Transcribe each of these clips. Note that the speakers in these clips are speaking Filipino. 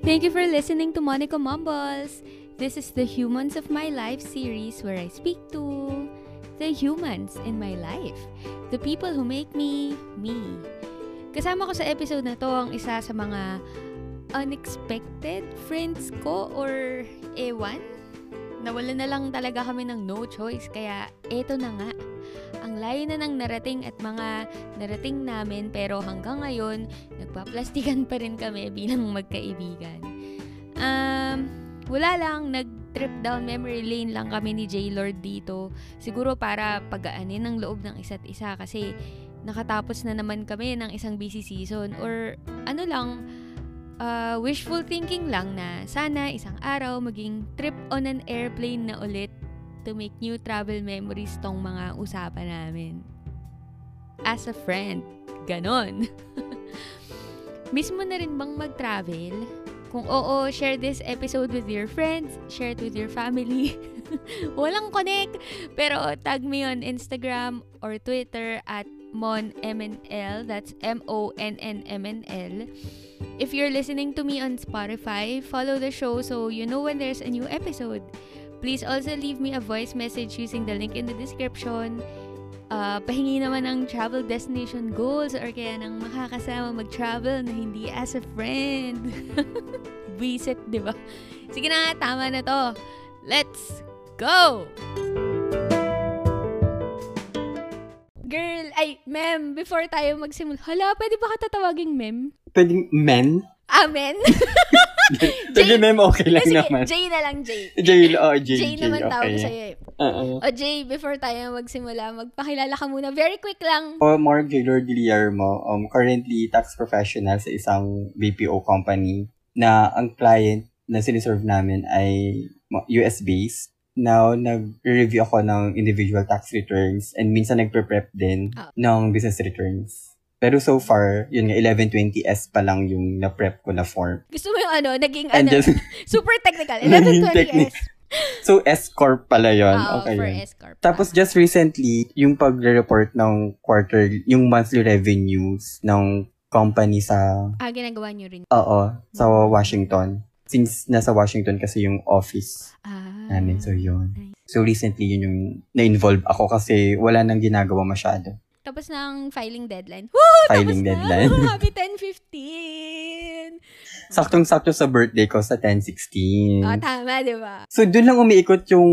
Thank you for listening to Monica Mumbles. This is the Humans of My Life series where I speak to the humans in my life, the people who make me me. Kasama ko sa episode na to ang isa sa mga unexpected friends ko or ewan. Nawala na lang talaga kami ng no choice kaya eto na nga. Ang layo na ng narating at mga narating namin pero hanggang ngayon nagpaplastikan pa rin kami bilang magkaibigan. Um, wala lang, nag-trip down memory lane lang kami ni J-Lord dito. Siguro para pagaanin ang loob ng isa't isa kasi nakatapos na naman kami ng isang busy season or ano lang, uh, wishful thinking lang na sana isang araw maging trip on an airplane na ulit to make new travel memories tong mga usapan namin. As a friend, ganon. Miss mo na rin bang mag-travel? Kung oo, share this episode with your friends, share it with your family. Walang connect! Pero tag me on Instagram or Twitter at monmnl, that's M-O-N-N-M-N-L. If you're listening to me on Spotify, follow the show so you know when there's a new episode. Please also leave me a voice message using the link in the description. Ah, pahingi naman ng travel destination goals or kaya ng makakasama mag-travel na hindi as a friend. Visit, di ba? Sige na, tama na to. Let's go! Girl, ay, ma'am, before tayo magsimula, hala, pwede ba katatawaging ma'am? Pwedeng men? Amen. Jay- Sige, ma'am, okay lang Sige, naman. Jay na lang, Jay. Jay, oh, Jay, Jay naman tawag ko sa'yo eh. Oo. O Jay, before tayo magsimula, magpakilala ka muna. Very quick lang. O, Oh, Mark Gaylord Guillermo, um, currently tax professional sa isang BPO company na ang client na siniserve namin ay ma- US-based. Now, nag-review ako ng individual tax returns and minsan nagpre-prep din Ah. ng business returns. Pero so far, yun nga, 1120S pa lang yung na-prep ko na form. Gusto mo yung ano, naging And ano, just, super technical. Naging 1120S. so S-Corp pala yun. Oo, okay for yun. S-Corp. Tapos just recently, yung pagre-report ng quarter, yung monthly revenues ng company sa, Ah, ginagawa nyo rin. oo, sa Washington. Since nasa Washington kasi yung office Ah. namin. So, yun. So, recently, yun yung na-involve ako kasi wala nang ginagawa masyado. Tapos ng filing deadline. Woo! Filing tapos deadline. Na, happy 10-15! Saktong-sakto sa birthday ko sa 1016. Oh, tama, di ba? So, dun lang umiikot yung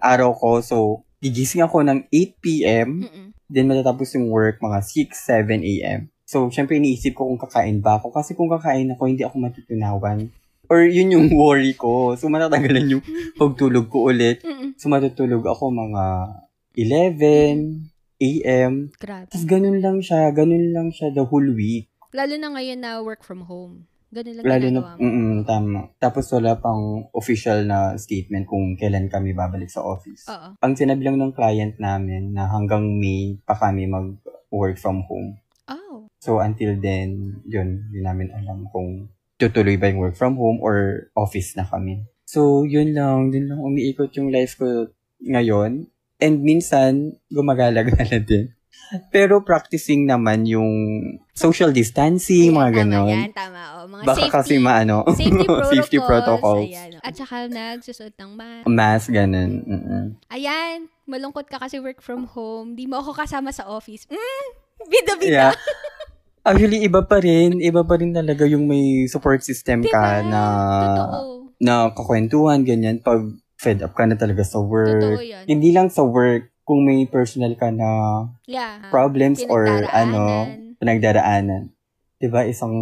araw ko. So, gigising ako ng 8 p.m. Mm-mm. Then matatapos yung work mga 6, 7 a.m. So, syempre iniisip ko kung kakain ba ako. Kasi kung kakain ako, hindi ako matutunawan. Or yun yung worry ko. So, matatagalan yung pagtulog ko ulit. Mm-mm. So, matutulog ako mga 11 a.m. Grabe. Tapos ganun lang siya. Ganun lang siya the whole week. Lalo na ngayon na work from home. Ganun lang Lalo na, ginagawa mo. mm tama. Tapos wala pang official na statement kung kailan kami babalik sa office. Oo. Ang sinabi lang ng client namin na hanggang May pa kami mag-work from home. Oh. So, until then, yun, yun namin alam kung tutuloy ba yung work from home or office na kami. So, yun lang, dun lang umiikot yung life ko ngayon. And minsan, gumagala-gala din. Pero practicing naman yung social distancing, Ayan, mga tama Yan, ganon. tama. Oh. Mga Baka safety, kasi maano, safety protocols. safety protocols. Ayan, oh. At saka nagsusot ng mask. Mask, ganun. mm Ayan, malungkot ka kasi work from home. Di mo ako kasama sa office. Mm, bida-bida. Yeah. Actually, iba pa rin. Iba pa rin talaga yung may support system ka Diba? na Totoo. na kakwentuhan, ganyan, pag fed up ka na talaga sa Totoo work. yun. Hindi lang sa work, kung may personal ka na Yeah. problems or ano, Ah, Pinagdaraanan. pinagdaraanan. 'Di ba isang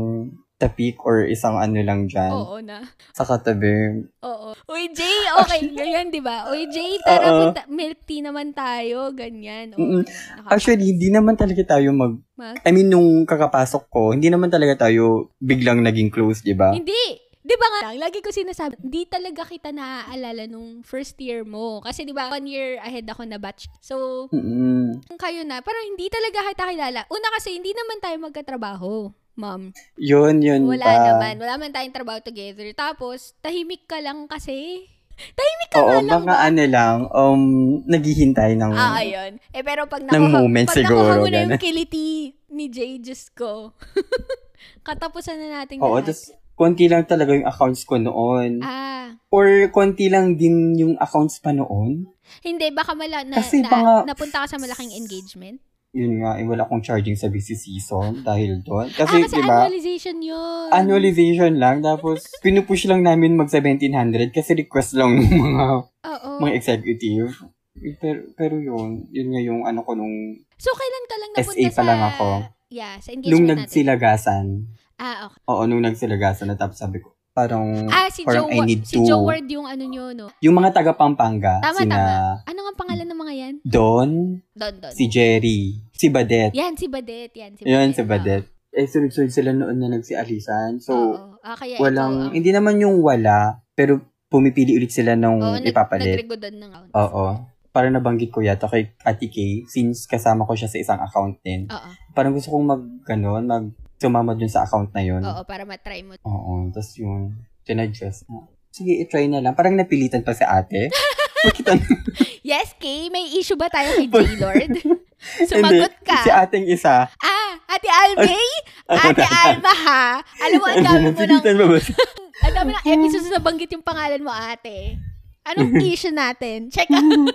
tapik or isang ano lang dyan, Oo na. sa katabi. Oo. Uy, Jay, okay. Ganyan, di ba? Uy, Jay, tara, Oo. punta- milk tea naman tayo. Ganyan. Oo. Mm-mm. Actually, hindi naman talaga tayo mag... Ah. Mag- I mean, nung kakapasok ko, hindi naman talaga tayo biglang naging close, diba? di ba? Hindi. Di ba nga, lagi ko sinasabi, di talaga kita naaalala nung first year mo. Kasi di ba, one year ahead ako na batch. So, Mm-mm. kung kayo na, parang hindi talaga kita kilala. Una kasi, hindi naman tayo magkatrabaho, ma'am. Yun, yun Wala pa. naman. Wala man tayong trabaho together. Tapos, tahimik ka lang kasi. Tahimik ka Oo, nga lang baka ba? ano lang, um, naghihintay ng... Ah, ayun. Eh, pero pag Ng nakuha, moment pag nakuha siguro, mo na yung ganun. kiliti ni Jay, just ko. Katapusan na natin Oo, lahat. tas konti lang talaga yung accounts ko noon. Ah, Or konti lang din yung accounts pa noon. hindi, baka mala, na, Kasi na- mga- napunta ka sa malaking engagement. Yun nga, eh, wala akong charging sa busy season dahil doon. ah, Kasi, kasi di ba, annualization yun. annualization lang. Tapos, pinupush lang namin mag-1700 kasi request lang ng mga, Oo. mga executive. Pero, pero yun, yun nga yung ano ko nung, So, kailan ka lang SA napunta pa sa... lang ako. Yeah, sa nung engagement natin. nagsilagasan. Ah, okay. Oo, nung nagsilagasan na tapos sabi ko, parang, Ah, si parang Joe, I Wa- need si to- Joe Ward yung ano nyo, no? yung mga taga Pampanga, Tama, sina tama. Ano nga ang pangalan ng mga yan? Don, Don, Don. si Jerry, si Badet. Yan, si Badet. Yan, si Badet. Ah, Yun, si Oo. Badet. Eh, sunod-sunod sila noon na nagsialisan. So, Oo. Ah, kaya walang, ikaw, hindi naman yung wala, pero pumipili ulit sila nung ang- Oo, nag- ipapalit. nagregodan ng account. Oo. Parang nabanggit ko yata kay Ate Kay, since kasama ko siya sa isang account din. Oo. Parang gusto kong mag, ganon, mag, sumama dun sa account na yun. Oo, para matry mo. Oo, tapos yun, tinadjust. Ah, Sige, i-try na lang. Parang napilitan pa si ate. Bakit ano? Yes, Kay, may issue ba tayo kay J-Lord? Hindi, Sumagot ka. Si ating isa. Ah, Ate Almay? Ano Ate na? Ano Alma, ha? Alam mo, ang dami mo ng, Napilitan mo ba? ang dami ng episodes na banggit yung pangalan mo, ate. Anong issue natin? Check out.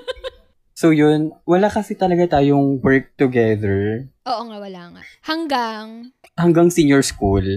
So yun, wala kasi talaga tayong work together Oo nga, wala nga. Hanggang, hanggang senior school.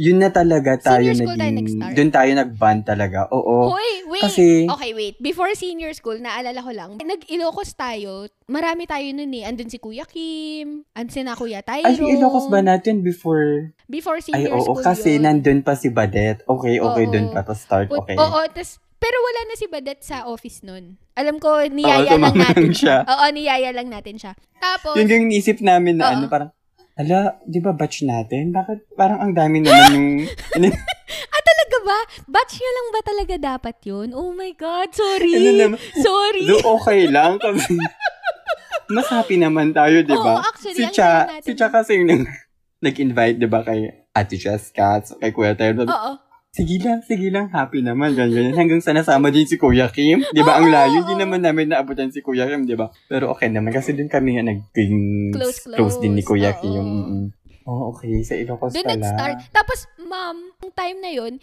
Yun na talaga tayo Senior school tayo naging, nag-start? doon tayo nag-band talaga. Oo. hoy, wait. Kasi, Okay, wait. Before senior school, naalala ko lang, nag-Ilocos tayo, marami tayo nun eh. Andun si Kuya Kim, andun na Kuya Tyro. ay, Ah, Ilocos ba natin before? Before Ay, senior oo, school kasi yun. nandun pa si Badet. Okay, okay, Oo. doon pa to start. Put- Okay. Oo, tas, pero wala na si Badet sa office nun. Alam ko, Oo, niyaya lang tumama natin lang siya. Oo, niyaya lang natin siya. Tapos, Yun yung iniisip namin na Oo. ano, parang, ala, di ba batch natin? Bakit parang ang dami naman yung... talaga ba? Batch nyo lang ba talaga dapat yun? Oh my God, sorry. Ano naman? Sorry. Do okay lang kasi... Mas happy naman tayo, di Oo, ba? actually, diba? si ang saya Cha, natin. si Cha kasi yung nag- nag-invite, di ba, kay Ate Jessica, so kay Kuya Tayo. Sabi, Oo. Sige lang, sige lang, happy naman, ganyan, ganyan. Hanggang sa nasama din si Kuya Kim, di ba, ang Oo, oo, layo, di oo. naman namin naabutan si Kuya Kim, di ba? Pero okay naman, kasi din kami nga naging Close, close. din ni Kuya Oo. Kim. mm Oh, okay, sa Ilocos Doon pala. nag-start. Tapos, ma'am, ang time na yun,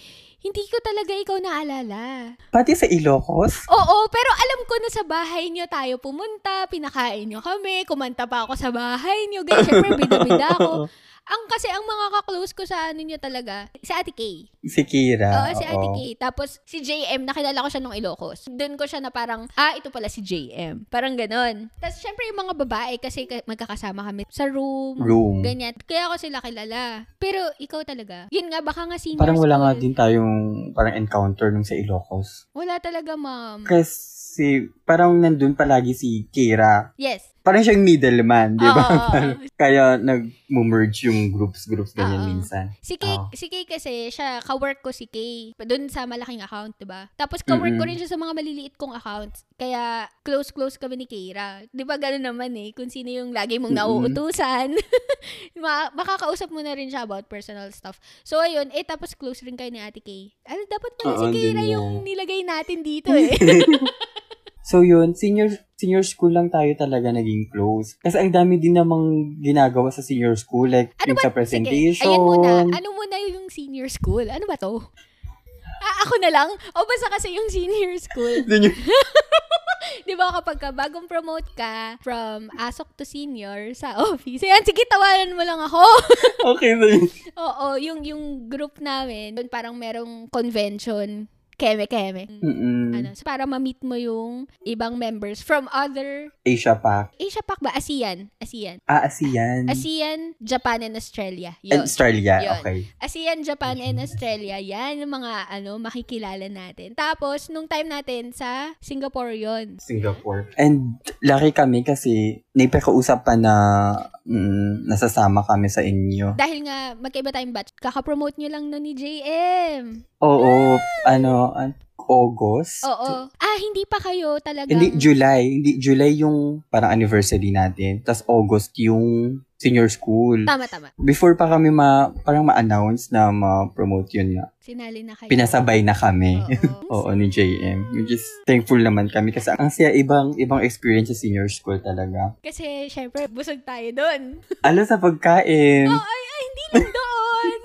hindi ko talaga ikaw naalala. Pati sa Ilocos? Oo, pero alam ko na sa bahay niyo tayo pumunta, pinakain niyo kami, kumanta pa ako sa bahay niyo. Ganyan, syempre, bida-bida ako. Ang kasi, ang mga kaklose ko sa ano niyo talaga, sa Ate Kay. Si Kira. Oo, si Ate Ah, oo. Kay. Tapos, si JM, nakilala ko siya nung Ilocos. Doon ko siya na parang, ah, ito pala si JM. Parang ganon. Tapos, syempre, yung mga babae, kasi ka- magkakasama kami sa room. Room. Ganyan. Kaya ako sila kilala. Pero, ikaw talaga. Yun nga, baka nga senior Parang wala nga school. din tayong parang encounter nung sa Ilocos. Wala talaga, ma'am. Kasi parang nandun palagi si Kira. Yes. Parang siyang middleman, di ba? Oo, oo, Parang- Kaya nag-merge yung groups-groups ganyan Oo. minsan. Si Kay, Oh. si Kay kasi, siya, kawork ko si Kay. Doon sa malaking account, di ba? Tapos, kawork ko Mm-mm. rin siya sa mga maliliit kong accounts. Kaya, close-close kami ni Kira. Di ba, gano'n naman eh. Kung sino yung lagi mong Mm-mm. nauutusan. Ma- makakausap mo na rin siya about personal stuff. So, ayun. Eh, tapos close rin kayo ni Ate Kay. Ano, dapat pala Oo, si hindi Kira niya. yung nilagay natin dito eh. So yun, senior senior school lang tayo talaga naging close. Kasi ang dami din namang ginagawa sa senior school. Like Ano yung sa Sige, presentation. ayan muna. Ano muna yung senior school? Ano ba to? Ah, ako na lang? O basta kasi yung senior school. Yun yung- Di ba kapag ka bagong promote ka from asok to senior sa office, ayan, sige, tawanan mo lang ako. okay, so yun. Oo, yung, yung group namin, dun parang merong convention, keme-keme. Mm-mm. Ano, so para ma-meet mo yung ibang members from other, Asia Pac. Asia Pac ba? ASEAN. ASEAN. Ah, ASEAN. ASEAN, Japan, and Australia. And Yun. Australia, Yun. okay. ASEAN, Japan, Mm-hmm. and Australia, yan yung mga ano, makikilala natin. Tapos, nung time natin sa Singapore yun. Singapore. And laki kami kasi naipakausap pa na mm, nasasama kami sa inyo. Dahil nga, magkaiba tayong batch, kakapromote nyo lang nun ni JM. Oo, ano, an- August? Ah. Oo. Ah, hindi pa kayo talaga. Hindi, July. Hindi, July yung parang anniversary natin. Tapos August yung senior school. Tama, tama. Before pa kami ma, parang ma-announce na ma-promote yun nga. Sinali na kayo. Pinasabay na kami. Oo. Oo, ni JM. Which is thankful naman kami kasi ang siya ibang ibang experience sa senior school talaga. Kasi, syempre, busog tayo doon. Alam sa pagkain. Oh, ay, ay, hindi lang doon.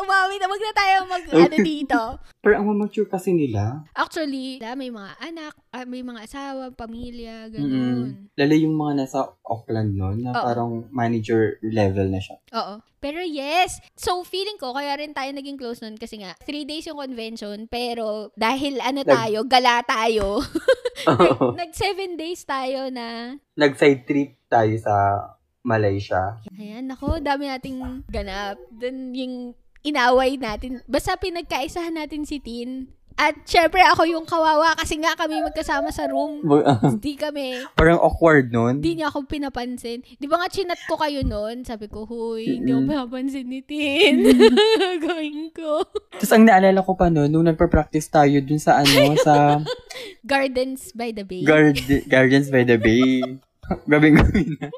Uma, Wait, wag na tayo mag, ano dito. Pero ang mature kasi nila, Actually, wala, may mga anak, ah, may mga asawa, pamilya, Mm-mm. ganun. lalo yung mga nasa Auckland noon, na Oo. parang manager level na siya. Oo. Pero yes, so feeling ko, kaya rin tayo naging close nun kasi nga, three days yung convention, pero dahil ano Nag- tayo, gala tayo, nag seven days tayo na, Nag-side trip tayo sa Malaysia. ayan, nako, dami nating ganap. Then yung inaway natin, basta pinagkaisahan natin si Tin. At syempre ako yung kawawa kasi nga kami magkasama sa room. Hindi kami. parang awkward noon. Hindi niya ako pinapansin. Di ba nga chinat ko kayo noon? Sabi ko, huy, hindi ako Mm-mm. pinapansin ni Tin. Gawin ko. Tapos ang naalala ko pa noon, nung nagpa-practice tayo dun sa ano, sa Gardens by the Bay. Guard- Guardians by the Bay. Gabing gabi na.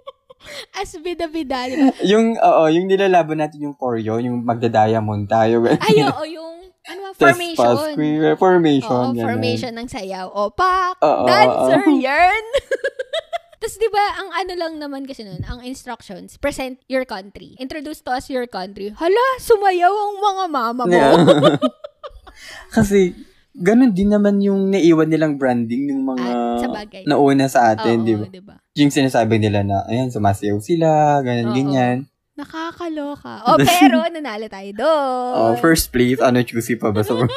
As bida-bida. di ba? Yung, oo, yung nilalaban natin yung Koryo, yung magda-diamond tayo. ganun. Ay, oo, yung ano, nga, Tas formation. pass, queer, Oo, formation. ganun. formation ng sayaw. Opak, Oo, dancer, oo. yarn. Tapos di ba, ang ano lang naman kasi nun, ang instructions, present your country. Introduce to us your country. Hala, sumayaw ang mga mama mo. Yeah. Kasi, ganun din naman yung naiwan nilang branding ng mga Ah, sa bagay. nauna sa Oo, atin, di ba? di ba? Yung sinasabi nila na, ayan, sumasayaw sila, ganyan, Oo. ganyan. Nakakaloka. O, pero nanalo tayo doon. Oh, first place, ano, choosy pa ba? So,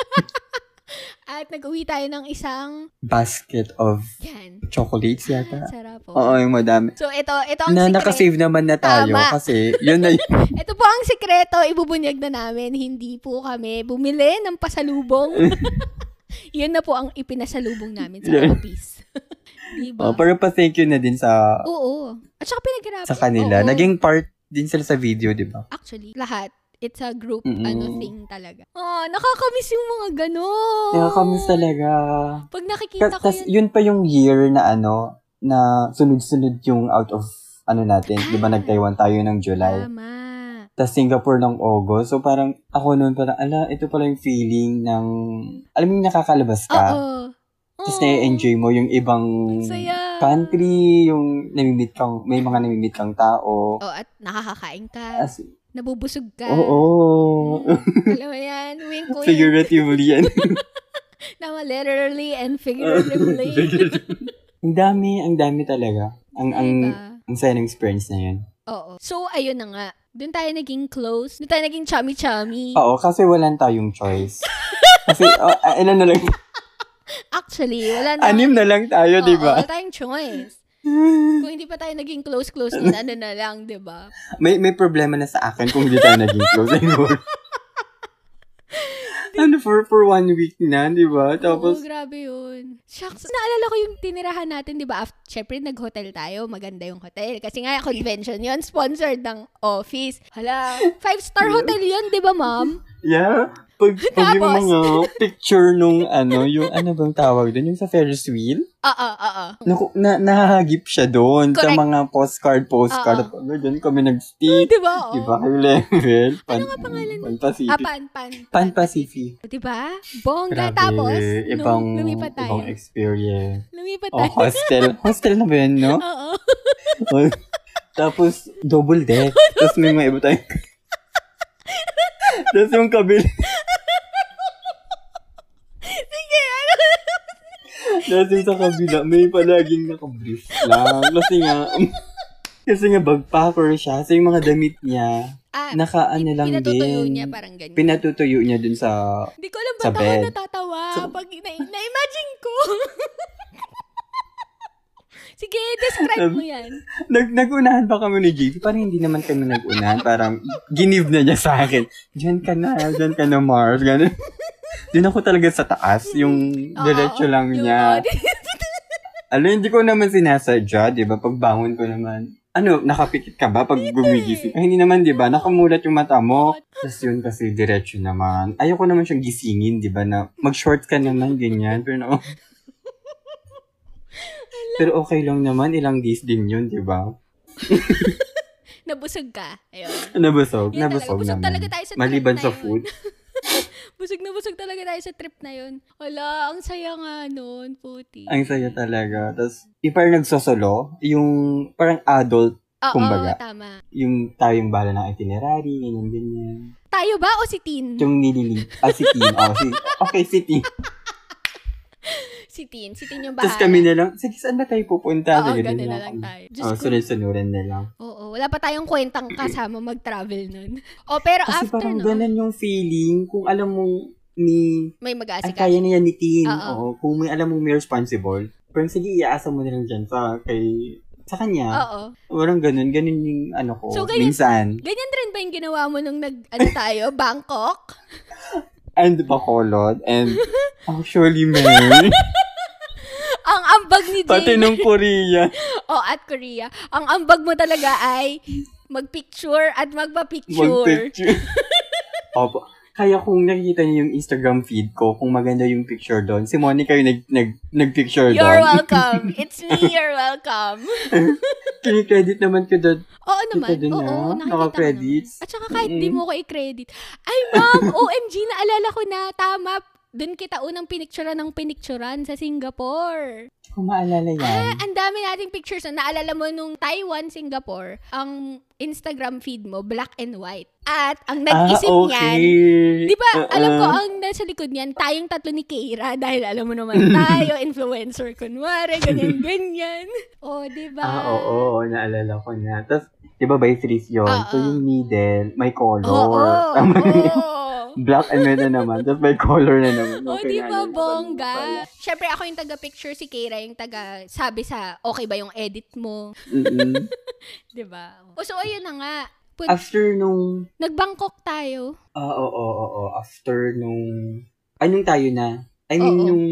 At nag-uwi tayo ng isang, basket of yan, chocolates yata. sarap po. Oo, yung madami. So, ito, ito ang Na, sikreto. nakasave naman na tayo Tama. kasi yun na yun. Ito po ang sikreto, ibubunyag na namin. Hindi po kami bumili ng pasalubong. Yun na po ang ipinasalubong namin sa Yeah. office. diba? Oh, pero pa-thank you na din sa Oo. At saka pinaghirapan. sa kanila. Oo. Naging part din sila sa video, di ba? Actually, lahat. It's a group Mm-mm. ano thing talaga. Oh, nakakamiss yung mga ganon. Nakakamiss talaga. Pag Ka- nakikita ko Tas yun, yun pa yung year na ano, na sunod-sunod yung out of ano natin, di ba Ah. nag-Taiwan tayo ng July. tama. Tapos Singapore ng August. So parang ako noon parang, ala, ito pala yung feeling ng, alam mo yung nakakalabas ka. Oo. Tapos Oo. Ah. na-enjoy mo yung ibang Ang saya. country, yung namimit kang, may mga namimit kang tao. Oh, at nakakakain ka. As, Nabubusog ka. oo. Mm, alam mo yan, wink wink. Figuratively yan. Tama, literally and figuratively. ang dami, ang dami talaga. Ang, ang, Diba? ang saya ng experience na yun. Oo. So, ayun na nga. Doon tayo naging close. Doon tayo naging chummy-chummy. Oo, kasi walang tayong choice. kasi, oh, ah, ilan na lang, Actually, wala na. anim diba? na lang tayo, Ano? Oo, di ba? Wala tayong choice. Kung hindi pa tayo naging close-close nun, ano na lang, di ba? May, may problema na sa akin kung hindi tayo naging close anymore. ano, for, for one week na, di ba? Oo, Tapos, grabe yun. Shucks. Naalala ko yung tinirahan natin, di ba? After, syempre, nag-hotel tayo. Maganda yung hotel. Kasi nga, convention yun. Sponsored ng office. Hala, five-star hotel yun, di ba, ma'am? yeah, pag, pag yung Tapos? mga picture nung ano, yung ano bang tawag doon, yung sa Ferris wheel, Oo, oo, oo. Naku, na, nahahagip siya doon sa Correct. mga postcard, postcard. At ano, doon kami nag-stick. Di ba? Oo. Ano Diba? High level. Pan, nga pangalan nun? Pan Pacific. Ah, pan, pan. Pan Pacific. Diba? Bongga. Tapos, ibang, nung lumipat tayo. ibang experience. lumipat Oh, tayo. hostel. hostel na ba yun, no? Oo. Oh, Tapos, double deck. Tapos may mga iba tayong... Tapos yung kabila. Sige, ano? Tapos yung sa kabila, may palaging nakabrief lang. Kasi nga, kasi nga bagpacker siya. So yung mga damit niya, Ah, naka ano lang din. pinatutuyo niya parang ganyan. pinatutuyo niya dun sa... Hindi ko alam sa ba't ako bed. natatawa pag na- na-imagine ko. Sige, describe mo yan. Nag, nag-unahan pa kami ni JP. Parang hindi naman kami nag-unahan. Parang ginive na niya sa akin. Diyan ka na, diyan ka na Mars. Ganun. Dun ako talaga sa taas. Yung Ah, diretso Oo, lang yung- niya. Alam, hindi ko naman sinasadya, di ba? Pagbangon ko naman. Ano, nakapikit ka ba pag gumigising? Ay, hindi naman, di ba? Nakamulat yung mata mo. Tapos yun kasi diretso naman. Ayoko naman siyang gisingin, di ba? Na mag-short ka naman, ganyan. Pero no. Pero okay lang naman, ilang days din yun, di ba? Nabusog ka. Ayun. Nabusog, Yan talaga, nabusog busog naman. talaga tayo sa trip Maliban na sa yun. food. Busog na busog talaga tayo sa trip na yun. Wala, ang saya nga nun, puti. Ang saya talaga. Tapos, yung parang nagsosolo, yung parang adult, Oo, kumbaga. tama. yung tayong bahala ng itinerary, ganyan, ganyan. Tayo ba o si Tin? Yung nililink. Ah, si Tin. Oh, si, okay, si Tin. Si Tin. Si Tin yung bahala. Tapos kami na lang, sige, saan na tayo pupunta? Oo, Sige, ganun dun na lang kami. tayo. Diyos Oh, ko. sunod-sunuran na lang. Oo, wala pa tayong kwentang kasama mag-travel nun. O, pero Kasi after parang nun, ganun yung feeling kung alam mo ni may ay mag-aasikaso. kaya na yan ni Tin. Ah, Oo. Oo. Kung may alam mong may responsible, parang sige, iaasa mo na lang dyan sa, kay, sa kanya. Oo. Walang ganun. Ganun yung ano ko. So, ganyan- minsan. Ganyan rin ba yung ginawa mo nung nag, ano tayo, Bangkok? And bacolod. And actually, man. Ang ambag ni pati Jane. nung Korea. O, at Korea. Ang ambag mo talaga ay magpicture at magpa-picture. Mag-picture. Opo. Kaya kung nakikita niyo yung Instagram feed ko, kung maganda yung picture doon, si Monica yung nag, nag, nag-picture You're doon. welcome. It's me, you're welcome. Kinikredit naman ko doon. Oo naman. dun, Oo, ah. oo, nakikita ko Naka-credits. naman. At saka kahit di Mm-mm. mo ko i-credit. Ay, ma'am, OMG, naalala ko na. Tama. Doon kita unang pinicturean ng pinicturean sa Singapore. Kung maalala yan. Ah, ang dami nating pictures na naalala mo nung Taiwan, Singapore, ang Instagram feed mo, black and white. At ang Ah, Ah, nag-isip niyan, Di ba, Uh-uh. alam ko, ah, ang nasa likod niyan, tayong tatlo ni Keira dahil alam mo naman tayo, influencer, kunwari, ganyan, ganyan. O, di ba? Ah, oo, oo, naalala ko na. Tapos, di ba by threes yun? Ah, so, ah. yung middle, may color. Oo, Tama yun. oo. Black and red na naman. Tapos may color na naman. O, Okay, Oh, di ba, naalala ko na pala. bongga? Siyempre, ako yung taga-picture, si Keira yung taga-sabi sa, okay ba yung edit mo? Mm-mm. Di ba? O, so, ayun na nga. Pun- After nung... Nag-Bangkok tayo. Ah, oo, oo, oo. After nung... Anong tayo na? I mean, Oo. yung...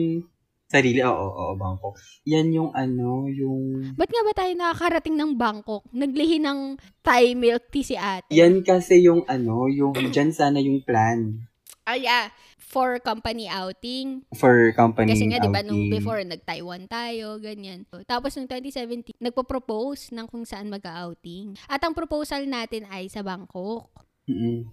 Sarili, oo, oo, oo, Bangkok. Yan yung ano, yung... Ba't nga ba tayo nakakarating ng Bangkok? Naglihi ng Thai milk tea si ate. Yan kasi yung ano, yung dyan sana yung plan Ah, yeah. For company outing. for company Kasi nga, di ba, outing. nung before, nag-Taiwan tayo, ganyan. Tapos, nung 2017, nagpo-propose ng kung saan mag-outing. At ang proposal natin ay sa Bangkok. Mm-mm.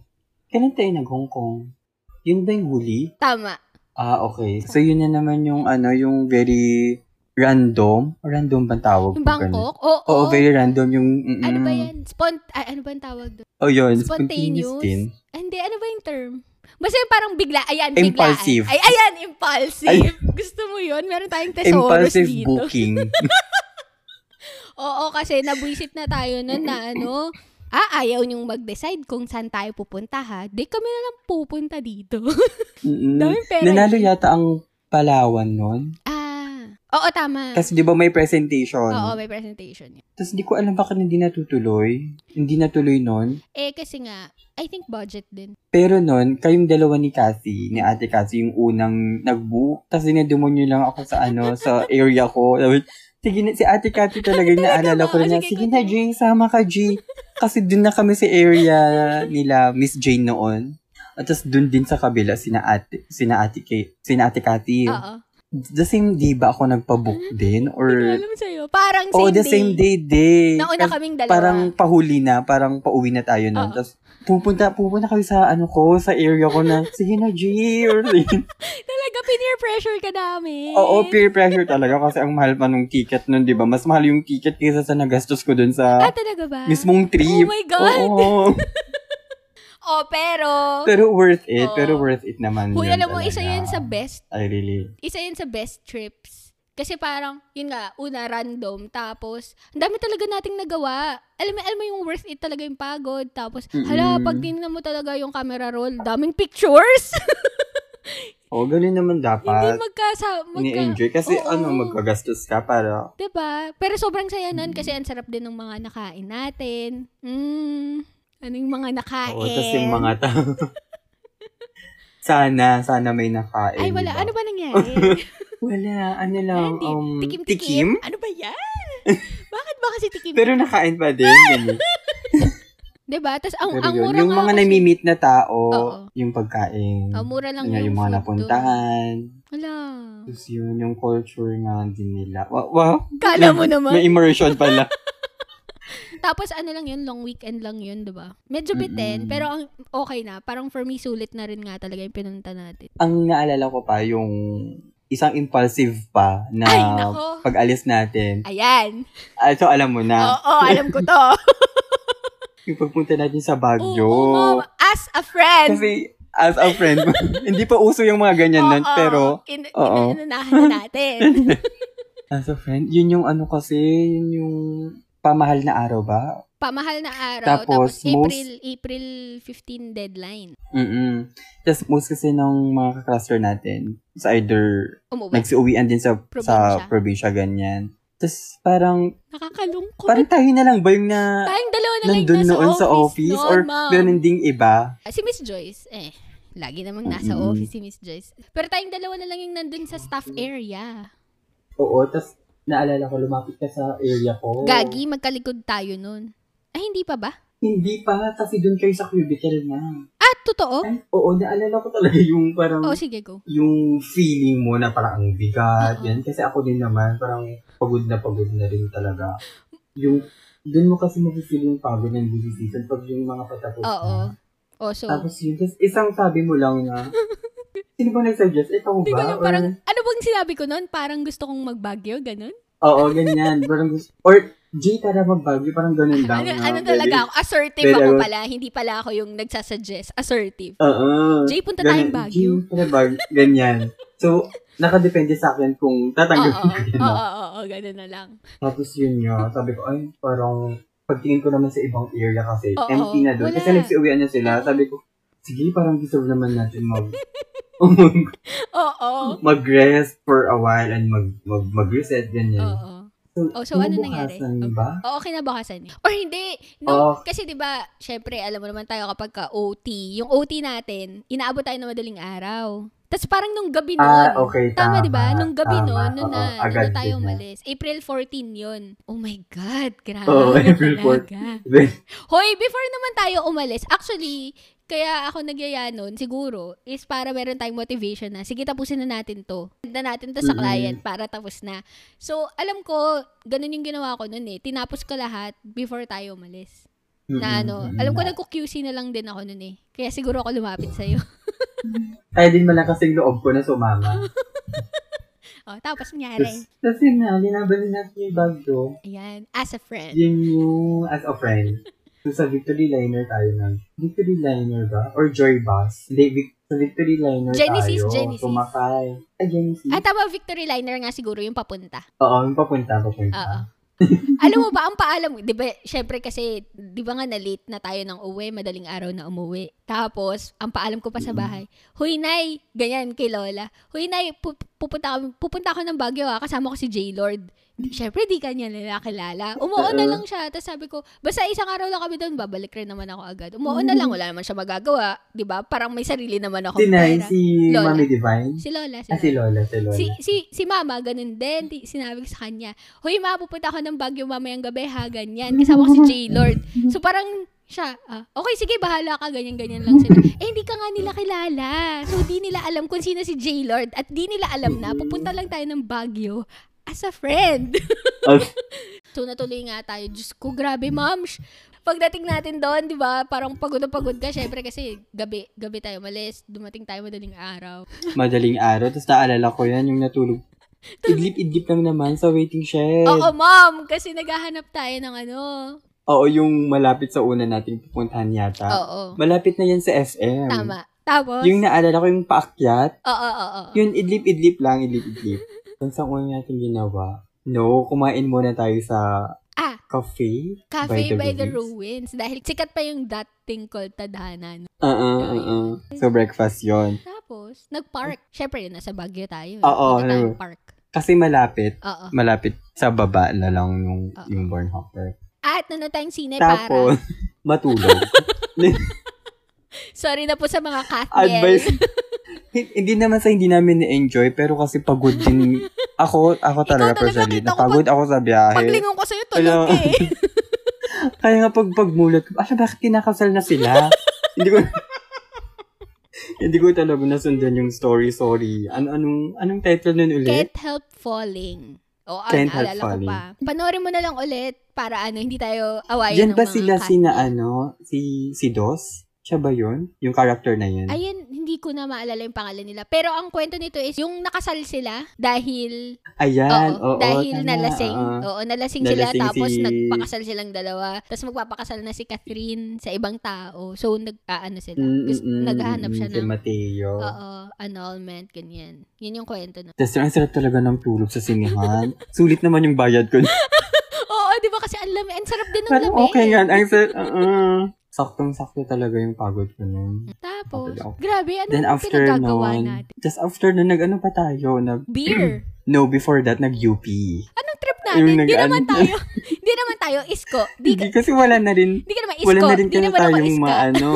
Kailan tayo nag-Hong Kong? Yun ba yung huli? Tama. Ah, okay. So, yun na naman yung ano, yung very random. Random bang tawag? Yung ko ganun? Bangkok? Oo. Oo, very random yung... mm-mm. Ano ba yan? Spont... ah, ano ba ang tawag doon? Oh, yun. Spontaneous? Spontaneous din. Ah, Hindi, ano ba yung term? Basta yung parang bigla, ayan, Impulsive. biglaan. Ay, ayan, impulsive. Gusto mo yun? Meron tayong thesaurus Impulsive Eh, dito. booking. Oo, kasi nabuisit na tayo nun na ano, ah, ayaw niyong mag-decide kung saan tayo pupunta ha. Di kami na lang pupunta dito. Mm-mm. Daming pera. Nanalo yata ang Palawan nun. Ah. Oo, tama. Tapos, di ba may presentation? Oo, may presentation. yun. Tapos, hindi ko alam bakit hindi natutuloy. Hindi natuloy nun. Eh, kasi nga, I think budget din. Pero nun, kayong dalawa ni Cassie, ni Ate Cassie, yung unang nag-book. Tapos dinadumon nyo lang ako sa ano, sa area ko. Sabi, sige na, si Ate Cassie talaga yung ba? naalala ko rin na, Sige, sige na, Jane, sama ka, G. Kasi dun na kami sa area nila, Miss Jane noon. At tapos dun din sa kabila, sina Ate, sina Ate, Kay, sina Ate Cassie. Oo. Mm-hmm. The same day ba ako nagpa-book din? Hindi ko Or, alam sa'yo. Parang same oh, the day. same day, day. Nauna Kasi- kaming dalawa. parang pahuli na, parang pauwi na tayo nun. Oo. Tapos, pupunta, pupunta kayo sa ano ko, sa area ko na, sige na, G, or like, Talaga, pineer pressure ka namin. Oo, peer pressure talaga kasi ang mahal pa nung ticket nun, di ba? Mas mahal yung ticket kaysa sa nagastos ko dun sa Ah, talaga ba? Oh mismong trip. my God. Oo. Oh, pero... pero worth it, Oo. pero worth it naman Huy, yun alam mo, talaga. isa yun sa best. I really, Isa yun sa best trips. Kasi parang, yun nga, una, random. Tapos, ang dami talaga nating nagawa. Alam mo, alam mo yung worth it talaga yung pagod. Tapos, hala, Mm-mm. pag tingnan mo talaga yung camera roll, daming pictures. oh, ganun naman Hindi dapat. magkasa... magka- Ni-enjoy. Kasi Oo. ano, magkagastos ka para, 'Di ba? Pero sobrang saya nun kasi ang sarap din ng mga nakain natin. Mm. Ano yung mga nakain? oo, tapos yung mga tao. sana, sana may nakain. Ay, wala. di ba? Ano ba nangyari? Wala, ano lang, Hindi. diba? um, Tikim-tikim? Ano ba yan? Bakit ba kasi tikim? Pero nakain pa din. ganun. 'Di ba? Tapos ang, Pero ang yun, mura yung nga mga kasi- nami-meet na tao, Oo. yung pagkain. Ang mura lang yun nga, yung mga food doon. napuntahan. Wala. Tapos yun, yung culture nga din nila. Wow, wow. Kala mo May naman. immersion pala. Tapos ano lang yun, long weekend lang yun, 'di ba? Medyo bitin, Mm-mm. pero ang okay na. Parang for me sulit na rin nga talaga yung pinunta natin. Ang naalala ko pa, yung isang impulsive pa na Ay, nako. pag-alis natin. Ayan. Ah, so, alam mo na. Oo, alam ko 'to. Yung pagpunta natin sa Baguio. Oo, oo. As a friend. Kasi as a friend, hindi pa uso yung mga ganyan nun, Oo, pero in, oo. inananahan na natin. as a friend, yun yung ano kasi, yun yung pamahal na araw ba? Pamahal na araw. Tapos, Tapos, most- April, April 15 deadline. Mm-mm. Tapos most kasi ng mga kaklaster natin, it's either Umuwi. nagsiuwian din sa sa Probinsya. probinsya ganyan. Tapos parang, Nakakalungkot. parang tayo na lang ba yung na, Tayong dalawa na lang nandun nasa noon office sa office noon, or ma'am. meron ding iba. Ah, Si Miss Joyce, eh, lagi namang nasa Mm-mm. office si Miss Joyce. Pero tayong dalawa na lang yung nandun sa staff area. Oo, tapos naalala ko, lumapit ka sa area ko. Gagi, magkalikod tayo nun. Ay, hindi pa ba? Hindi pa, kasi doon kayo sa cubicle na. Ah, totoo? Ay, oo, naalala ko talaga yung parang, Oh, sige, go. yung feeling mo na parang ang bigat, Oo. yan. Kasi ako din naman, parang pagod na pagod na rin talaga. Yung, doon mo kasi mafe-feel yung pagod ng busy season pag yung mga patapos na. Oo. Oh, so, Tapos yun, tapos isang sabi mo lang na, sino ba nag-suggest? Ikaw hindi ko ba? alam, parang, ano bang sinabi ko nun? Parang gusto kong magbagyo, ganun? oo, ganyan. parang, gusto- or, G, tara magbagyo, parang ganun lang. Ano, na, ano very- talaga ako? Assertive very ako ano- pala. Hindi pala ako yung nagsasuggest. Assertive. Oo. Jay, punta tayong Ganun, Baguio. G, tara bag, ganyan. So, nakadepende sa akin Oo, kung tatanggapin oo, ko yun. oo, oo, ganun na lang. Tapos yun nga, sabi ko, ay, parang pagtingin ko naman sa ibang area kasi, Oo, empty na doon. wala. Kasi nagsiuwian na sila. Sabi ko, sige, parang deserve naman natin mag, mag- Oo, mag-rest for a while and mag, mag, mag-reset, ganyan. oo. So, Oh, so ano nangyari? kinabukasan ba? Oo, kinabukasan niya. Or hindi. No, Oo. kasi 'di ba, syempre alam mo naman tayo kapag ka OT, yung OT natin, inaabot tayo ng madaling araw. Taps parang nung gabi noon. Ah, okay, Tama, tama. 'di ba? Nung gabi tama, noon, noon oo, na, noon agad na tayo din na. umalis. April 14 'yon. Oh my god, grabe. Oo, April talaga. Then, Hoy, before naman tayo umalis, actually, kaya ako nagyaya nun, siguro, is para meron tayong motivation na, sige, tapusin na natin to. Na natin to sa Mm-mm. client para tapos na. So, alam ko, ganun yung ginawa ko nun eh. Tinapos ko lahat before tayo umalis. Na ano, mm-mm, alam ko mm-mm. nagko-QC na lang din ako nun eh. Kaya siguro ako lumapit sa'yo. Kaya din malakas yung loob ko na sumama. oh, tapos Tapos nangyari. tapos yun na, linaban natin yung bag ko. Ayan, as a friend. Yun yung as a friend. So, sa Victory Liner tayo ng Victory Liner ba? Or Joy Bus? Hindi, Vic- sa Victory Liner Genesis, tayo. Genesis. Tumakay. Ah, Genesis. At tama, victory liner nga siguro yung papunta. Oo, yung papunta, Oo. papunta. Alam mo ba, ang paalam, di ba, syempre kasi, di ba nga na-late na tayo ng uwi, madaling araw na umuwi. Tapos, ang paalam ko pa sa bahay, Huy, Nay! Ganyan kay Lola. Huy, Nay, pu- pupunta, kami- pupunta ako ng Baguio ah, kasama ko si J. Lord. Di- Syempre, di kanya nila kilala. Umuon na Oo. lang siya. Tapos sabi ko, basta isang araw lang kami doon, babalik rin naman ako agad. Umuon na lang, wala naman siya magagawa. Di ba? Parang may sarili naman ako. Si Nay, si Lola. Mami Divine. Si Lola. Si Ah, si Lola. Lola, si Lola. Si, si, si mama, ganun din. Di- Sinabi ko sa kanya, Hoy, ma, pupunta ako ng Baguio mamayang gabi, ha, ganyan. Kasama ko si J. Lord. So, parang siya, ah, okay, sige, bahala ka, ganyan-ganyan lang sila. Eh, hindi ka nga nila kilala. So, di nila alam kung sino si J. Lord. At di nila alam na, pupunta lang tayo ng Baguio as a friend. As- so, natuloy nga tayo. Diyos ko, grabe, ma'am. Sh- Pagdating natin doon, di ba, parang pagod na pagod ka. Siyempre, kasi gabi, gabi tayo malis. Dumating tayo madaling araw. Madaling araw. Tapos naalala ko yan, yung natulog. Idlip-idlip lang naman sa waiting shed. Oo, ma'am, kasi naghahanap tayo ng ano. Oo, yung malapit sa una nating pupuntahan yata. Oo. Malapit na yan sa SM. Tama. Tapos, Ah. Hmm. Yung naalala ko, yung paakyat. oo, oo, oo. Yun, idlip-idlip lang, idlip-idlip. Kung saan una natin ginawa? No, kumain muna tayo sa Ah. cafe. Cafe by the, Ruins. ruins. Dahil sikat pa yung dating called Tadhana. no? Oo, oo, oo. ah, So, breakfast yon Tapos, nag-park. Siyempre, yun, nasa Baguio tayo. eh. Oo, Punta tayong ano. park. Kasi malapit, Oo. malapit sa baba na lang yung, Oo. yung Bornhopper. At nanood tayong sine Ah. Eh, para. Tapos, matulog. Sorry na po sa mga Catholic. Advice. Hin- hindi naman sa hindi namin na-enjoy, pero kasi pagod din. ako, ako talaga, talaga, personally. kita ko Napagod ako sa biyahe. Paglingon ko sa'yo, tulog Alam- ka eh. Kaya nga pag pagmulat ko, ala bakit kinakasal na sila? hindi ko hindi ko talaga nasundan yung story, sorry. Ano anong anong title nun ulit? Can't help falling. Oo, oh, Can't help naalala ko falling. pa. Panoorin mo na lang ulit para ano, hindi tayo awayan Diyan ng ba mga sila Catholic. sina ano, si si Dos? Siya ba yun? Yung character na yun? Ayun, hindi hindi ko na maalala yung pangalan nila. Pero ang kwento nito is yung nakasal sila dahil Ayan, Ah, oo. Oo, dahil tama, Mm, nalasing. oo. Oo, nalasing sila Nalasing tapos si- nagpakasal silang dalawa. Tapos magpapakasal na si Catherine sa ibang tao. So nag-aano sila. Mm, Gusto- mm, naghahanap mm, siya Si ng Mateo. Oo, annulment ganyan. Yun yung kwento na. Tapos ang sarap talaga ng tulog sa sinihan. Sulit naman yung bayad ko. Oo, 'di ba kasi ang lamig, ang sarap din ng Parang lamig. okay nga. Ang sarap. Uh, Saktong-sakto talaga yung pagod ko nun. Tapos, Okay, okay. grabe, ano Then yung after pinagagawa nun, natin? just after nun, nag-ano pa tayo? Nag, Beer. no, before that, nag-UP. Anong trip Yung natin? Di nag- naman ano- tayo, di naman tayo isko. Di ka, Hindi kasi wala na rin. di ka naman Wala isko. na rin Di kasi naman ako tayong iska. maano.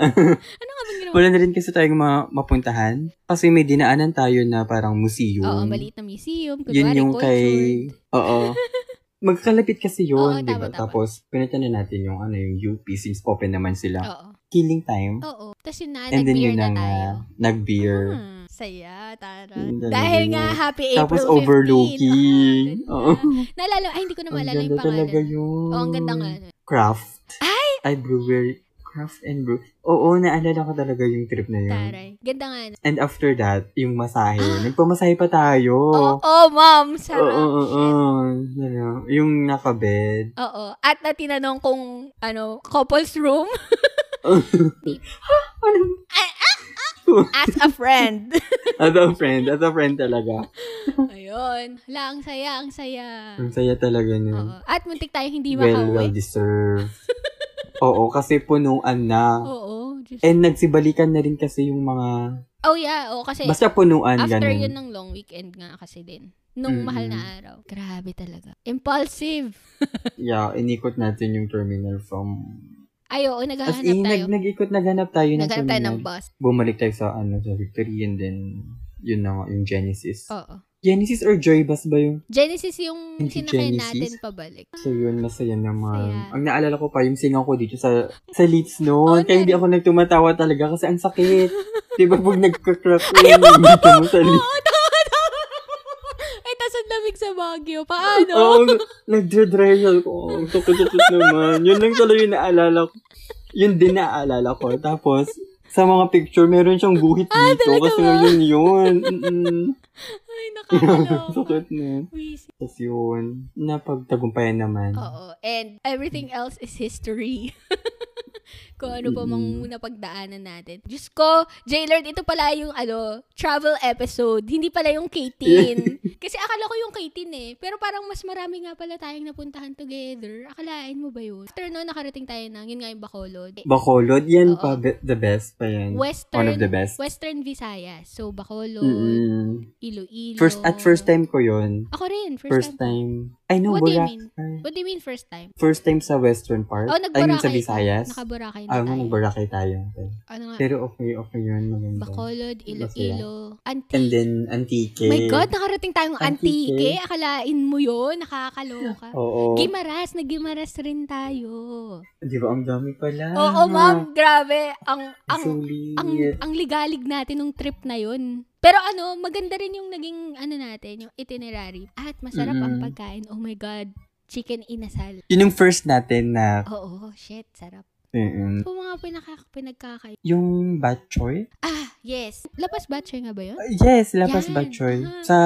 Ano nga bang ginawa? Wala na rin kasi tayong ma- mapuntahan. Kasi may dinaanan tayo na parang museum. Oo, maliit na museum. Yun Kunwari, yung kay... cultured. Oo. Magkalapit kasi Oo, yun, di tama, ba? tama. Tapos, pinunta na natin yung, ano, yung UP since open naman sila. Oo. Killing time. Oo. Tapos yun na, Ah. And then nag-beer yun na ang tayo. uh, nag-beer. Hmm, saya, tara. Yun na Dahil naging- nga, happy April Tapos 15. overlooking. Oo. Oo. Nalala, ay, hindi ko na Ang maalala ganda yung pangalan. talaga yun. Oo, ang ganda nga. nun. Craft. Ay! Ay, brewery. Craft and brew. Oo, naalala ko talaga yung trip na yun. Taray. Ganda nga. nun. And after that, yung masahe. Nagpamasahe pa tayo. Ah! Oo, oh, ma'am. Oo, Sarap. oo, oo. Ano, Yung nakabed. Oo. At na tinanong kung, ano, couples room Ano? as a friend. As a friend. As a friend talaga. Ayun. Hala, ang saya, ang saya. Ang saya talaga nun. Oo. At muntik tayong hindi Mm. well, well makauwi. deserved. oo, kasi punuan na. Oo. Diyos. And nagsibalikan na rin kasi yung mga... oh, yeah. Oo, kasi Basta punuan, after ganun. yun ng long weekend nga kasi din. Nung Mm-mm. mahal na araw. Grabe talaga. Impulsive. Yeah, inikot natin yung terminal from... Ay, oo, As naghahanap in, tayo. nag, nag-ikot, naghanap tayo ng Naghanap tayo ng terminal. bus. Bumalik tayo sa, ano, sa Victory and then, yun na nga, yung Genesis. Oo. Genesis or Joy Bus ba yun? Genesis yung Hindi sinakyan Genesis. natin pabalik. So yun, masaya naman. Saya. Ang naalala ko pa, yung singaw ko dito sa sa lips Oo, noon. kaya hindi nari- ako nagtumatawa talaga kasi ang sakit. Di ba pag nagka-crack ko yung dito mo sa lips? Oo, tama, tama. Ay, tas ang lamig sa Baguio. Paano? Oo, nagdre-dry Sabi ko. "Oh, Ang sakit-sakit naman. Yun lang talaga yung naalala ko. Yun din naalala ko. Tapos, sa mga picture, meron siyang guhit dito. Ah, talaga kasi ba? yun yun. Mm-mm. Oh. Ay, Ang nakakaloka. sakit na. Wisi. Tapos yun, napagtagumpayan naman. Oo, and everything else is history. Kung ano pa mang napagdaanan natin. Diyos ko, Jaylord, ito pala yung ano, travel episode. Hindi pala yung K-10. Kasi akala ko yung K-10 eh. Pero parang mas marami nga pala tayong napuntahan together. Akalain mo ba yun? After noon, nakarating tayo ng, yun nga yung Bacolod. Bacolod, yan Oo. pa, be- the best pa yan. Oh. Western, One of the best. Western Visayas. So, Bacolod, Mm-mm. Iloilo. First, at first time ko yun. Ako rin, first, First time. time. I know, What do you Boracay. What do you mean first time? First time sa Western part. Oh, I mean, nagborakay. sa Visayas. Nakaborakay na Ah, tayo. nag-Boracay tayo. ano nga? Pero okay, okay yun. Maganda. Bacolod, Iloilo, Diba And Antique. then, Antique. My God, nakarating tayong Antique. Oh. Antique. eh. Akalain mo yun, nakakaloka. Oo. Gimaras, nagimaras rin tayo. Di ba, ang dami pala. Oo, ma'am, grabe. Ang, ang, Sulit. ang, ang ligalig natin nung trip na yun. Pero ano, maganda rin yung naging ano natin, yung itinerary. At masarap ang Mm. pagkain. Oh my God, chicken inasal. Yun yung first natin na, Oo, shit, sarap. Mm-mm. Yung mga pinaka- pinagkakain. yung bat choy? Ah, yes. Lapas batchoy nga ba yun? Uh, Yes, lapas Yan, bat choy. aha. Sa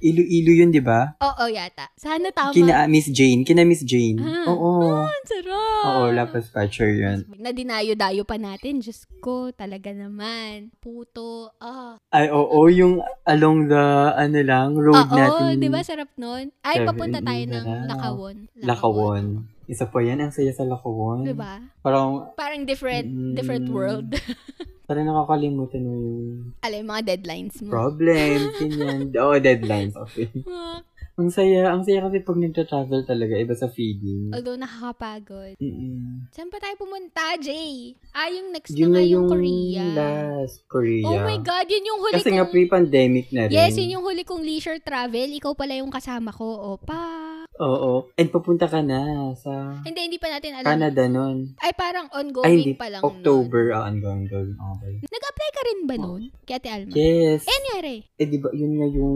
Iloilo yun, di ba? Oo, yata. Sana tama. Kina ah, Miss Jane. Kina Miss Jane. Ah. Oo. Ang sarap. Oo, lapas bat choy yun. Nadinayo-dayo pa natin. Diyos ko, talaga naman. Puto. Ah. Ay, oo, yung along the, ano lang, road Ah, Oo, natin. di ba? Sarap nun. Ay, Sabi- papunta tayo ng Sarap. Lakawon. Lakawon. Isa po yan, ang saya sa Lakawon. Di ba? Parang, Parang different Mm. different world. parang nakakalimutan mo yung Alam, mga deadlines mo. problems, ganyan. Oo, deadlines, okay. Ah, Ang saya, ang saya kasi pag nagta-travel talaga, iba sa feeling. Although nakakapagod. Mm-mm. Saan pa tayo pumunta, Jay? Ah, yung next Yun na na nga yung yung Korea. last Korea. Oh my God, yun yung huli Kasi kong... nga pre-pandemic na rin. Yes, yun yung huli kong leisure travel. Ikaw pala yung kasama ko. Opa. Oo. And papunta ka na sa Hindi, hindi pa natin alam. Canada nun. Ay, parang ongoing Ay, hindi. pa lang. October. Ah, ongoing, ongoing. Okay. nun. Nag-apply ka rin ba nun? Kaya te Alma? Oh. Yes. Eh, nangyari? Eh, di ba, yun nga yung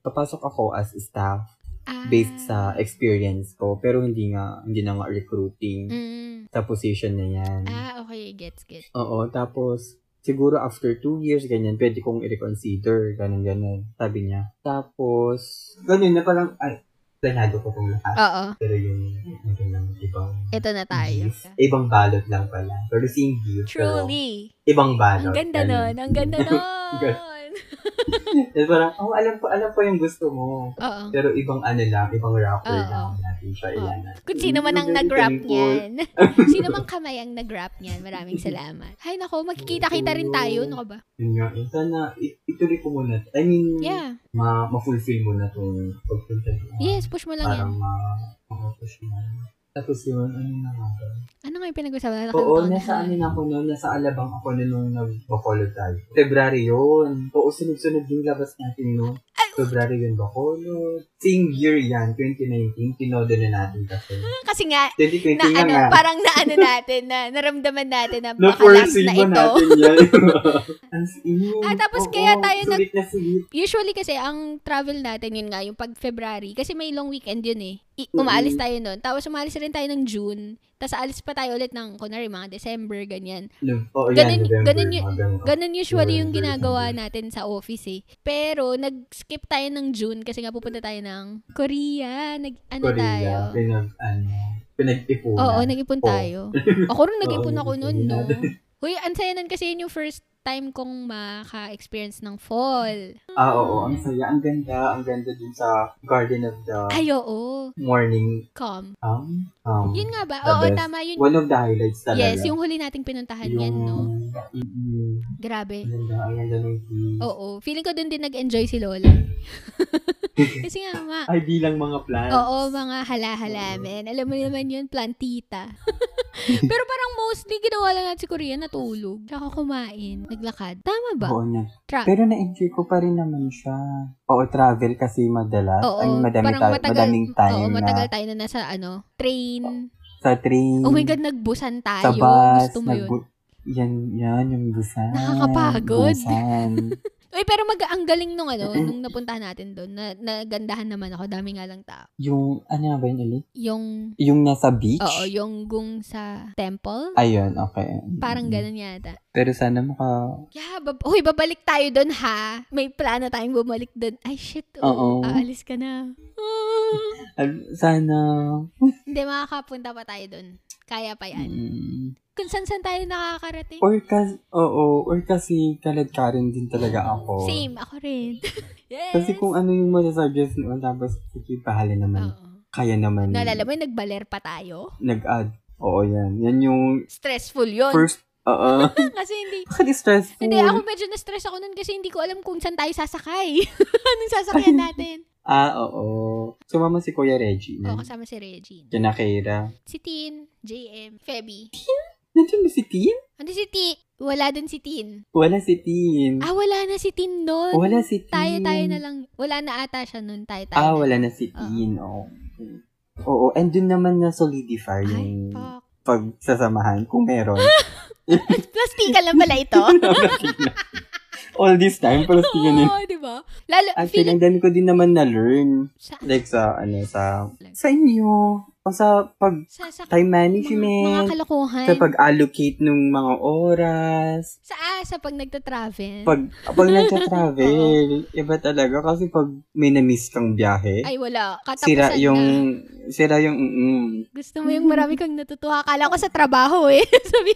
papasok ako as staff Ah. based sa experience ko. Pero hindi nga, hindi na nga recruiting Mm. sa position na yan. Ah, okay. Gets, gets. Oo, tapos siguro after two years, ganyan, pwede kong i-reconsider, ganun, ganun, sabi niya. Tapos, ganun na parang, ay, planado ko tong lahat. Oo. Pero yung, ano lang, ibang, Ito na tayo. gift. Ibang balot lang pala. Pero same gift. pero Truly. ibang balot. Ang ganda ganun. nun. Ang ganda nun. Tapos parang, oh, alam ko, alam ko yung gusto mo. Oo. Pero ibang ano lang, ibang wrapper Oo. lang natin siya Oo. ilanan. Kung sino man ang Very nag-wrap thankful. niyan. sino mang kamay ang nag-wrap niyan. Maraming salamat. Ay, nako, magkikita-kita rin tayo. Ano ka ba? Yun nga, eh, sana i- ituloy ko muna. I mean, Yeah. ma ma-fulfill mo na itong pagpunta doon. Yes, push mo lang yan. Parang ma- makapush mo. Tapos yun, ano na nga ba? Ano nga yung pinag-usapan natin? Oo, Taon na. nasa ano na ako noon, nasa Alabang ako na nung nag-Bacolod tayo. February yun. Oo, sunod-sunod yung labas natin, no? February yun, Bacolod. Same year yan, 2019, tinodo na natin kasi. Kasi nga, na 2020 na, ano, nga. parang na ano natin, na naramdaman natin na baka last Na-foresee na mo ito. natin yan. As in. Ah, tapos Oo, kaya tayo nag- sulit na sulit. Usually kasi ang travel natin yun nga yung pag February kasi may long weekend yun eh. I- Mm-mm. umaalis tayo nun. Tapos umaalis rin tayo ng June. Tapos aalis pa tayo ulit ng kunwari mga December ganyan. No, oo, Ganun- yan, November. ganun yun- mga ganun. Ganun usually yung November, ginagawa December. natin sa office eh. Pero nag-skip tayo ng June kasi nga pupunta tayo ng Korea. Nag ano Korea, tayo? Pinag, ano, pinag-ipunan. Oo, nag-ipon Oo. tayo. Ako rin nag-ipon Oo, ako nag-ipon noon, din no? natin. Huy, ang saya nun kasi yun yung first time kong maka-experience ng fall. Ah, oo, ang saya. Ang ganda. Ang ganda dun sa Garden of the Ay, oo. Morning. Calm. Um, um, Yun nga ba? The Oo, best. tama yun. one of the highlights talaga. Yes, yung huli nating pinuntahan Yung- yan, no? Mm, Ang Grabe. ganda, ang ganda ng view. Oo. Feeling ko doon din nag-enjoy si Lola. kasi nga, ma, Ay, bilang mga plants. Oo, mga Mm. halahalamin. Alam mo naman yun, plantita. Pero parang mostly ginawa lang natin si Korea, natulog. Tsaka kumain, naglakad. Tama ba? Ah. Oo na. Tra- Pero na-enjoy ko pa rin naman siya. Oo, travel kasi madalas. Ay, madami tayo- madaming time oo, matagal na tayo na nasa ano, train. sa train, Oh my God, nagbusan tayo. sa bus, Gusto mo yun. nagbu- yan, yan, yung busan. Nakakapagod. Busan. Uy, pero mag ang galing nung ano, nung napuntahan natin doon, na, nagandahan naman ako, dami nga lang tao. yung, ano nga ba yun ulit? Yung, Yung nasa beach? oo, yung gung sa temple. Ayun, okay. Parang Mm-hmm. ganun yata. Pero sana maka... Yeah, bab- Uy, babalik tayo doon ha. May plano tayong bumalik doon. Ay, shit. Oo. Oo. Aalis ka na. Ah. al- Sana... Hindi, makakapunta pa tayo doon. Kaya pa yan. Mm. Kung saan-saan tayo nakakarating. Or kasi, oo, or kasi kalad ka rin din talaga ako. Same, ako rin. yes. Kasi kung ano yung masasuggest noon, tapos sige, bahala naman. Oo. Kaya naman. Naalala mo, yung nagbaler pa tayo. Nag-add. Oo, yan. Yan yung Stressful yun. first, oo. Kasi hindi, Bakit stressful? hindi, ako medyo na-stress ako nun kasi hindi ko alam kung saan tayo sasakay. Anong sasakyan natin? Ah, oo. Sumama si Kuya Reggie. Oo, Na. kasama si Regine. Yan na Keira. Si Tin, JM, Feby. Nandiyan ba si Tin? Ano si Ti? Wala dun si Tin. Wala si Tin. Ah, wala na si Tin nun. wala si Tin. Tayo-tayo Ah, na lang. Wala na ata siya nun. Tayo-tayo. na. Ah, wala na si Tin. Oo. Oo, and dun naman na solidify Ay, yung fuck. pagsasamahan kung meron. Plastikan lang pala ito. All this time, parang tingnan yun. Oo, di ba? Lalo, Actually, feeling, ang dami ko din naman na-learn. sa, Like sa, ano, sa, sa inyo. O sa pag sa, sa, time mga, mga management. kalokohan. Sa pag-allocate ng mga oras. Sa, ah, sa pag nagta-travel. Pag, pag nagsa-travel, iba talaga. Kasi pag may na-miss kang biyahe, Ay, wala. Katapusan sira yung, na. sira yung, mm, mm. Gusto mo yung marami kang natutuwa. Akala ko sa trabaho eh. Sabi,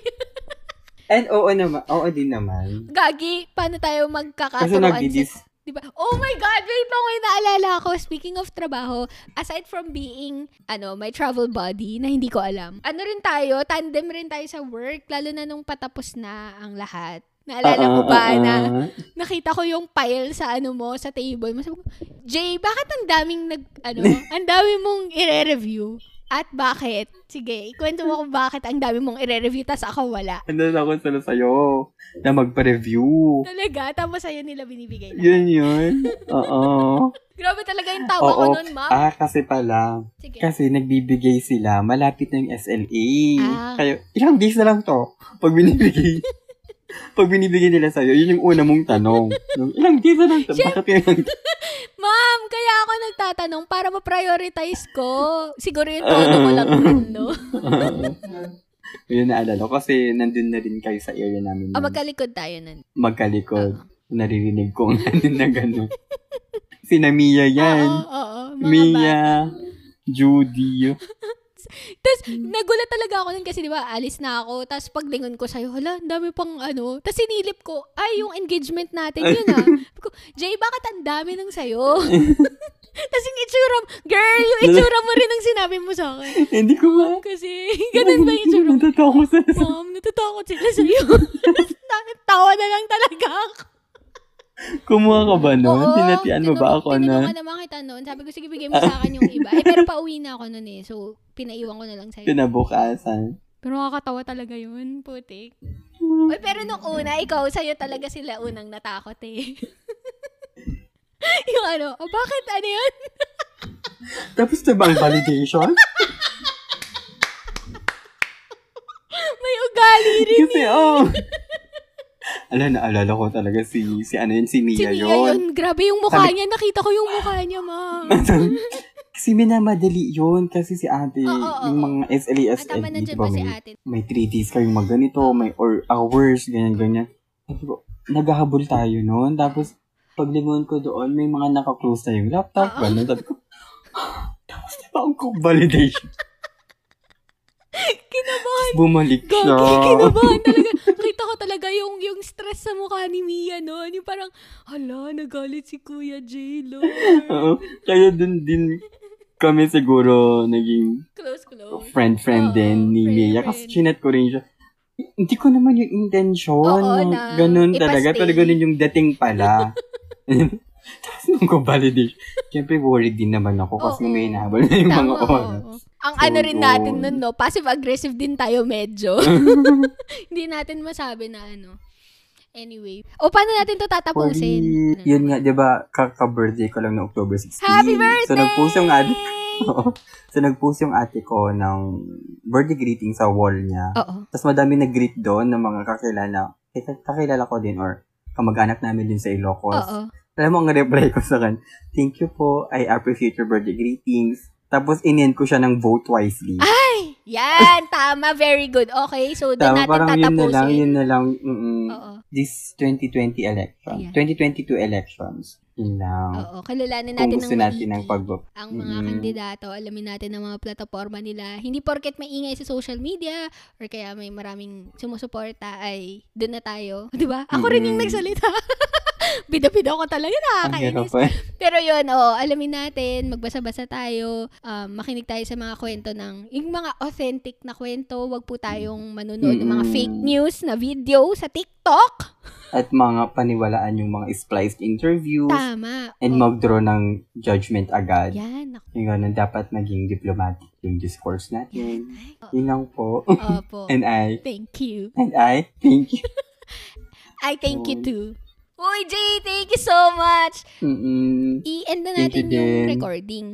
And oo naman, oo din naman. Gagi, paano tayo Kasi magkakaturoan sa nag-dis, Diba? Oh my God! Wait lang, may naalala ako. Speaking of trabaho, aside from being, ano, my travel buddy na hindi ko alam, ano rin tayo, tandem rin tayo sa work, lalo na nung patapos na ang lahat. Naalala mo Ah, ba na nakita ko yung pile sa ano mo, sa table mo. Sabi ko, Jay, bakit ang daming nag, ano, ang dami mong ire-review? At bakit? Sige, ikwento mo kung bakit ang dami mong ire-review, tas ako wala. ano na ako sila sa'yo, na magpa-review. Talaga, tapos sa'yo nila binibigay lahat. Yun yun. Oo. Grabe talaga yung tawa ko Oo. nun, ma'am. Ah, kasi pala, Sige. kasi nagbibigay sila, malapit na yung SLA. Ah. Kaya, ilang days na lang to, pag binibigay, pag binibigay nila sa'yo, yun yung una mong tanong. Yung, ilang days na lang to, bakit yun? Ma'am, kaya ako nagtatanong Ah. para ma-prioritize ko. Siguro yung tono ko lang yun, no? Yun naalala ko kasi nandun na rin kayo sa area namin. Ah, nun. magkalikod tayo nun. magkalikod. Naririnig ko nga din na gano'n. Sina Oo, Mia yan. oo, mga bata. Mia, Judy. Tapos, nagulat talaga ako nun kasi, di ba, alis na ako. Tapos, paglingon ko sa'yo, hala, ang dami pang ano. Tapos, sinilip ko, ay, yung engagement natin, yun ah. Sabi ko, Jay, bakit ang dami nang sa'yo? Tapos, yung itsura mo, girl, yung itsura mo rin ang sinabi mo sa akin. Hindi ko ma... Kasi, ganun ba yung itsura mo? Natatawa ko sa... Mom, natatakot sila sa'yo. Tawa na lang talaga ako. Kumuha ka ba nun? Tinatian mo tinanong- ba ako tinanong na ko naman kita noon. Sabi ko, sige, bigay mo sa akin yung iba. Eh, pero pauwi na ako noon eh. So, pinaiwan ko na lang sa'yo. pinabukasan? Pero nakakatawa talaga yun, putik. Oy, pero nung una, ikaw, sa'yo talaga sila unang natakot eh. yung ano, oh, bakit ano yun? Tapos na ba ang validation? May ugali rin. Kasi, oh. Ala, naalala ko talaga si, si ano yun, si Si Mia Mia yun. yun. Grabe yung mukha Sabi- niya. Nakita ko yung mukha niya, ma'am. kasi minamadali yun kasi si ate, Oo, oo, yung oo. mga At SLES, tama SLE, nandiyan diba, pa si may- ate. may 3 days kayong mag ganito, may or hours, ganyan-ganyan. Sabi ko, naghahabol tayo noon. Tapos, paglingon ko doon, may mga naka-close na yung laptop. Oo. Ganun. Sabi ko, tapos na ba ang cook validation? Kinabahan. Bumalik siya. Gagi, kinabahan talaga. Kita ko talaga yung, yung stress sa mukha ni Mia noon. Yung parang, hala, nagalit si Kuya J. Lord. Oo. Kaya dun din kami siguro naging Close, close. friend-friend Oo, din ni friend-friend. Mia. Kasi chinat ko rin siya. Hindi ko naman yung intention. Oo, na na, ganun talaga. ipastay. Talaga nun yung dating pala. Tapos nung ko validate, syempre worried din naman ako Oo. kasi may hinahabol na yung mga Tama, oo, oras. oo. Ang ano So, rin natin yun. nun, no? Passive-aggressive din tayo medyo. Hindi natin masabi na ano. Anyway. O, paano natin to tatapusin? Worried. Yun nga, di ba, kaka-birthday ko lang na October 16. Happy birthday! So, nag-post yung ate ko. so, nag-post yung ate ko ng birthday greeting sa wall niya. Oo. Tapos madami nag-greet doon ng mga kakilala. Eh, kakilala ko din or kamag-anak namin din sa Ilocos. Oo. Alam mo, ang reply ko sa kan, thank you po, I appreciate your birthday greetings. Tapos, in-end ko siya ng vote wisely. Ah, Yan! Tama. Very good. Okay. So, doon Tama, natin parang tatapusin. yun na lang, yun na lang, mm-mm. Oo. this 2020 Ayan. election, 2022 elections, yun lang. Oo. Kalalanin Kung natin gusto ng natin maigi ng pag ang mga Mm-mm. kandidato. Alamin natin ang mga plataforma nila. Hindi porket maingay sa social media or kaya may maraming sumusuporta ay doon na tayo. 'Di ba? Ako rin yung Mm-mm. nagsalita. Bida-bida ko talaga. Ang hirap Nakakainis. eh. Pero yun, oo, alamin natin, magbasa-basa tayo, um, makinig tayo sa mga kwento ng, yung mga authentic na kwento, wag po tayong manunood ng mga Mm-mm. fake news na video sa TikTok. At mga paniwalaan yung mga spliced interviews Tama. and Oo. mag-draw ng judgment agad. Yan, ako. Yung ganun, dapat maging diplomatic yung discourse natin. Yun lang po. Opo. And I, Thank you. and I, thank you. I thank you Oo. too. Uy, Jay, thank you so much! Mm-mm. I-end na Thank natin you yung din. recording.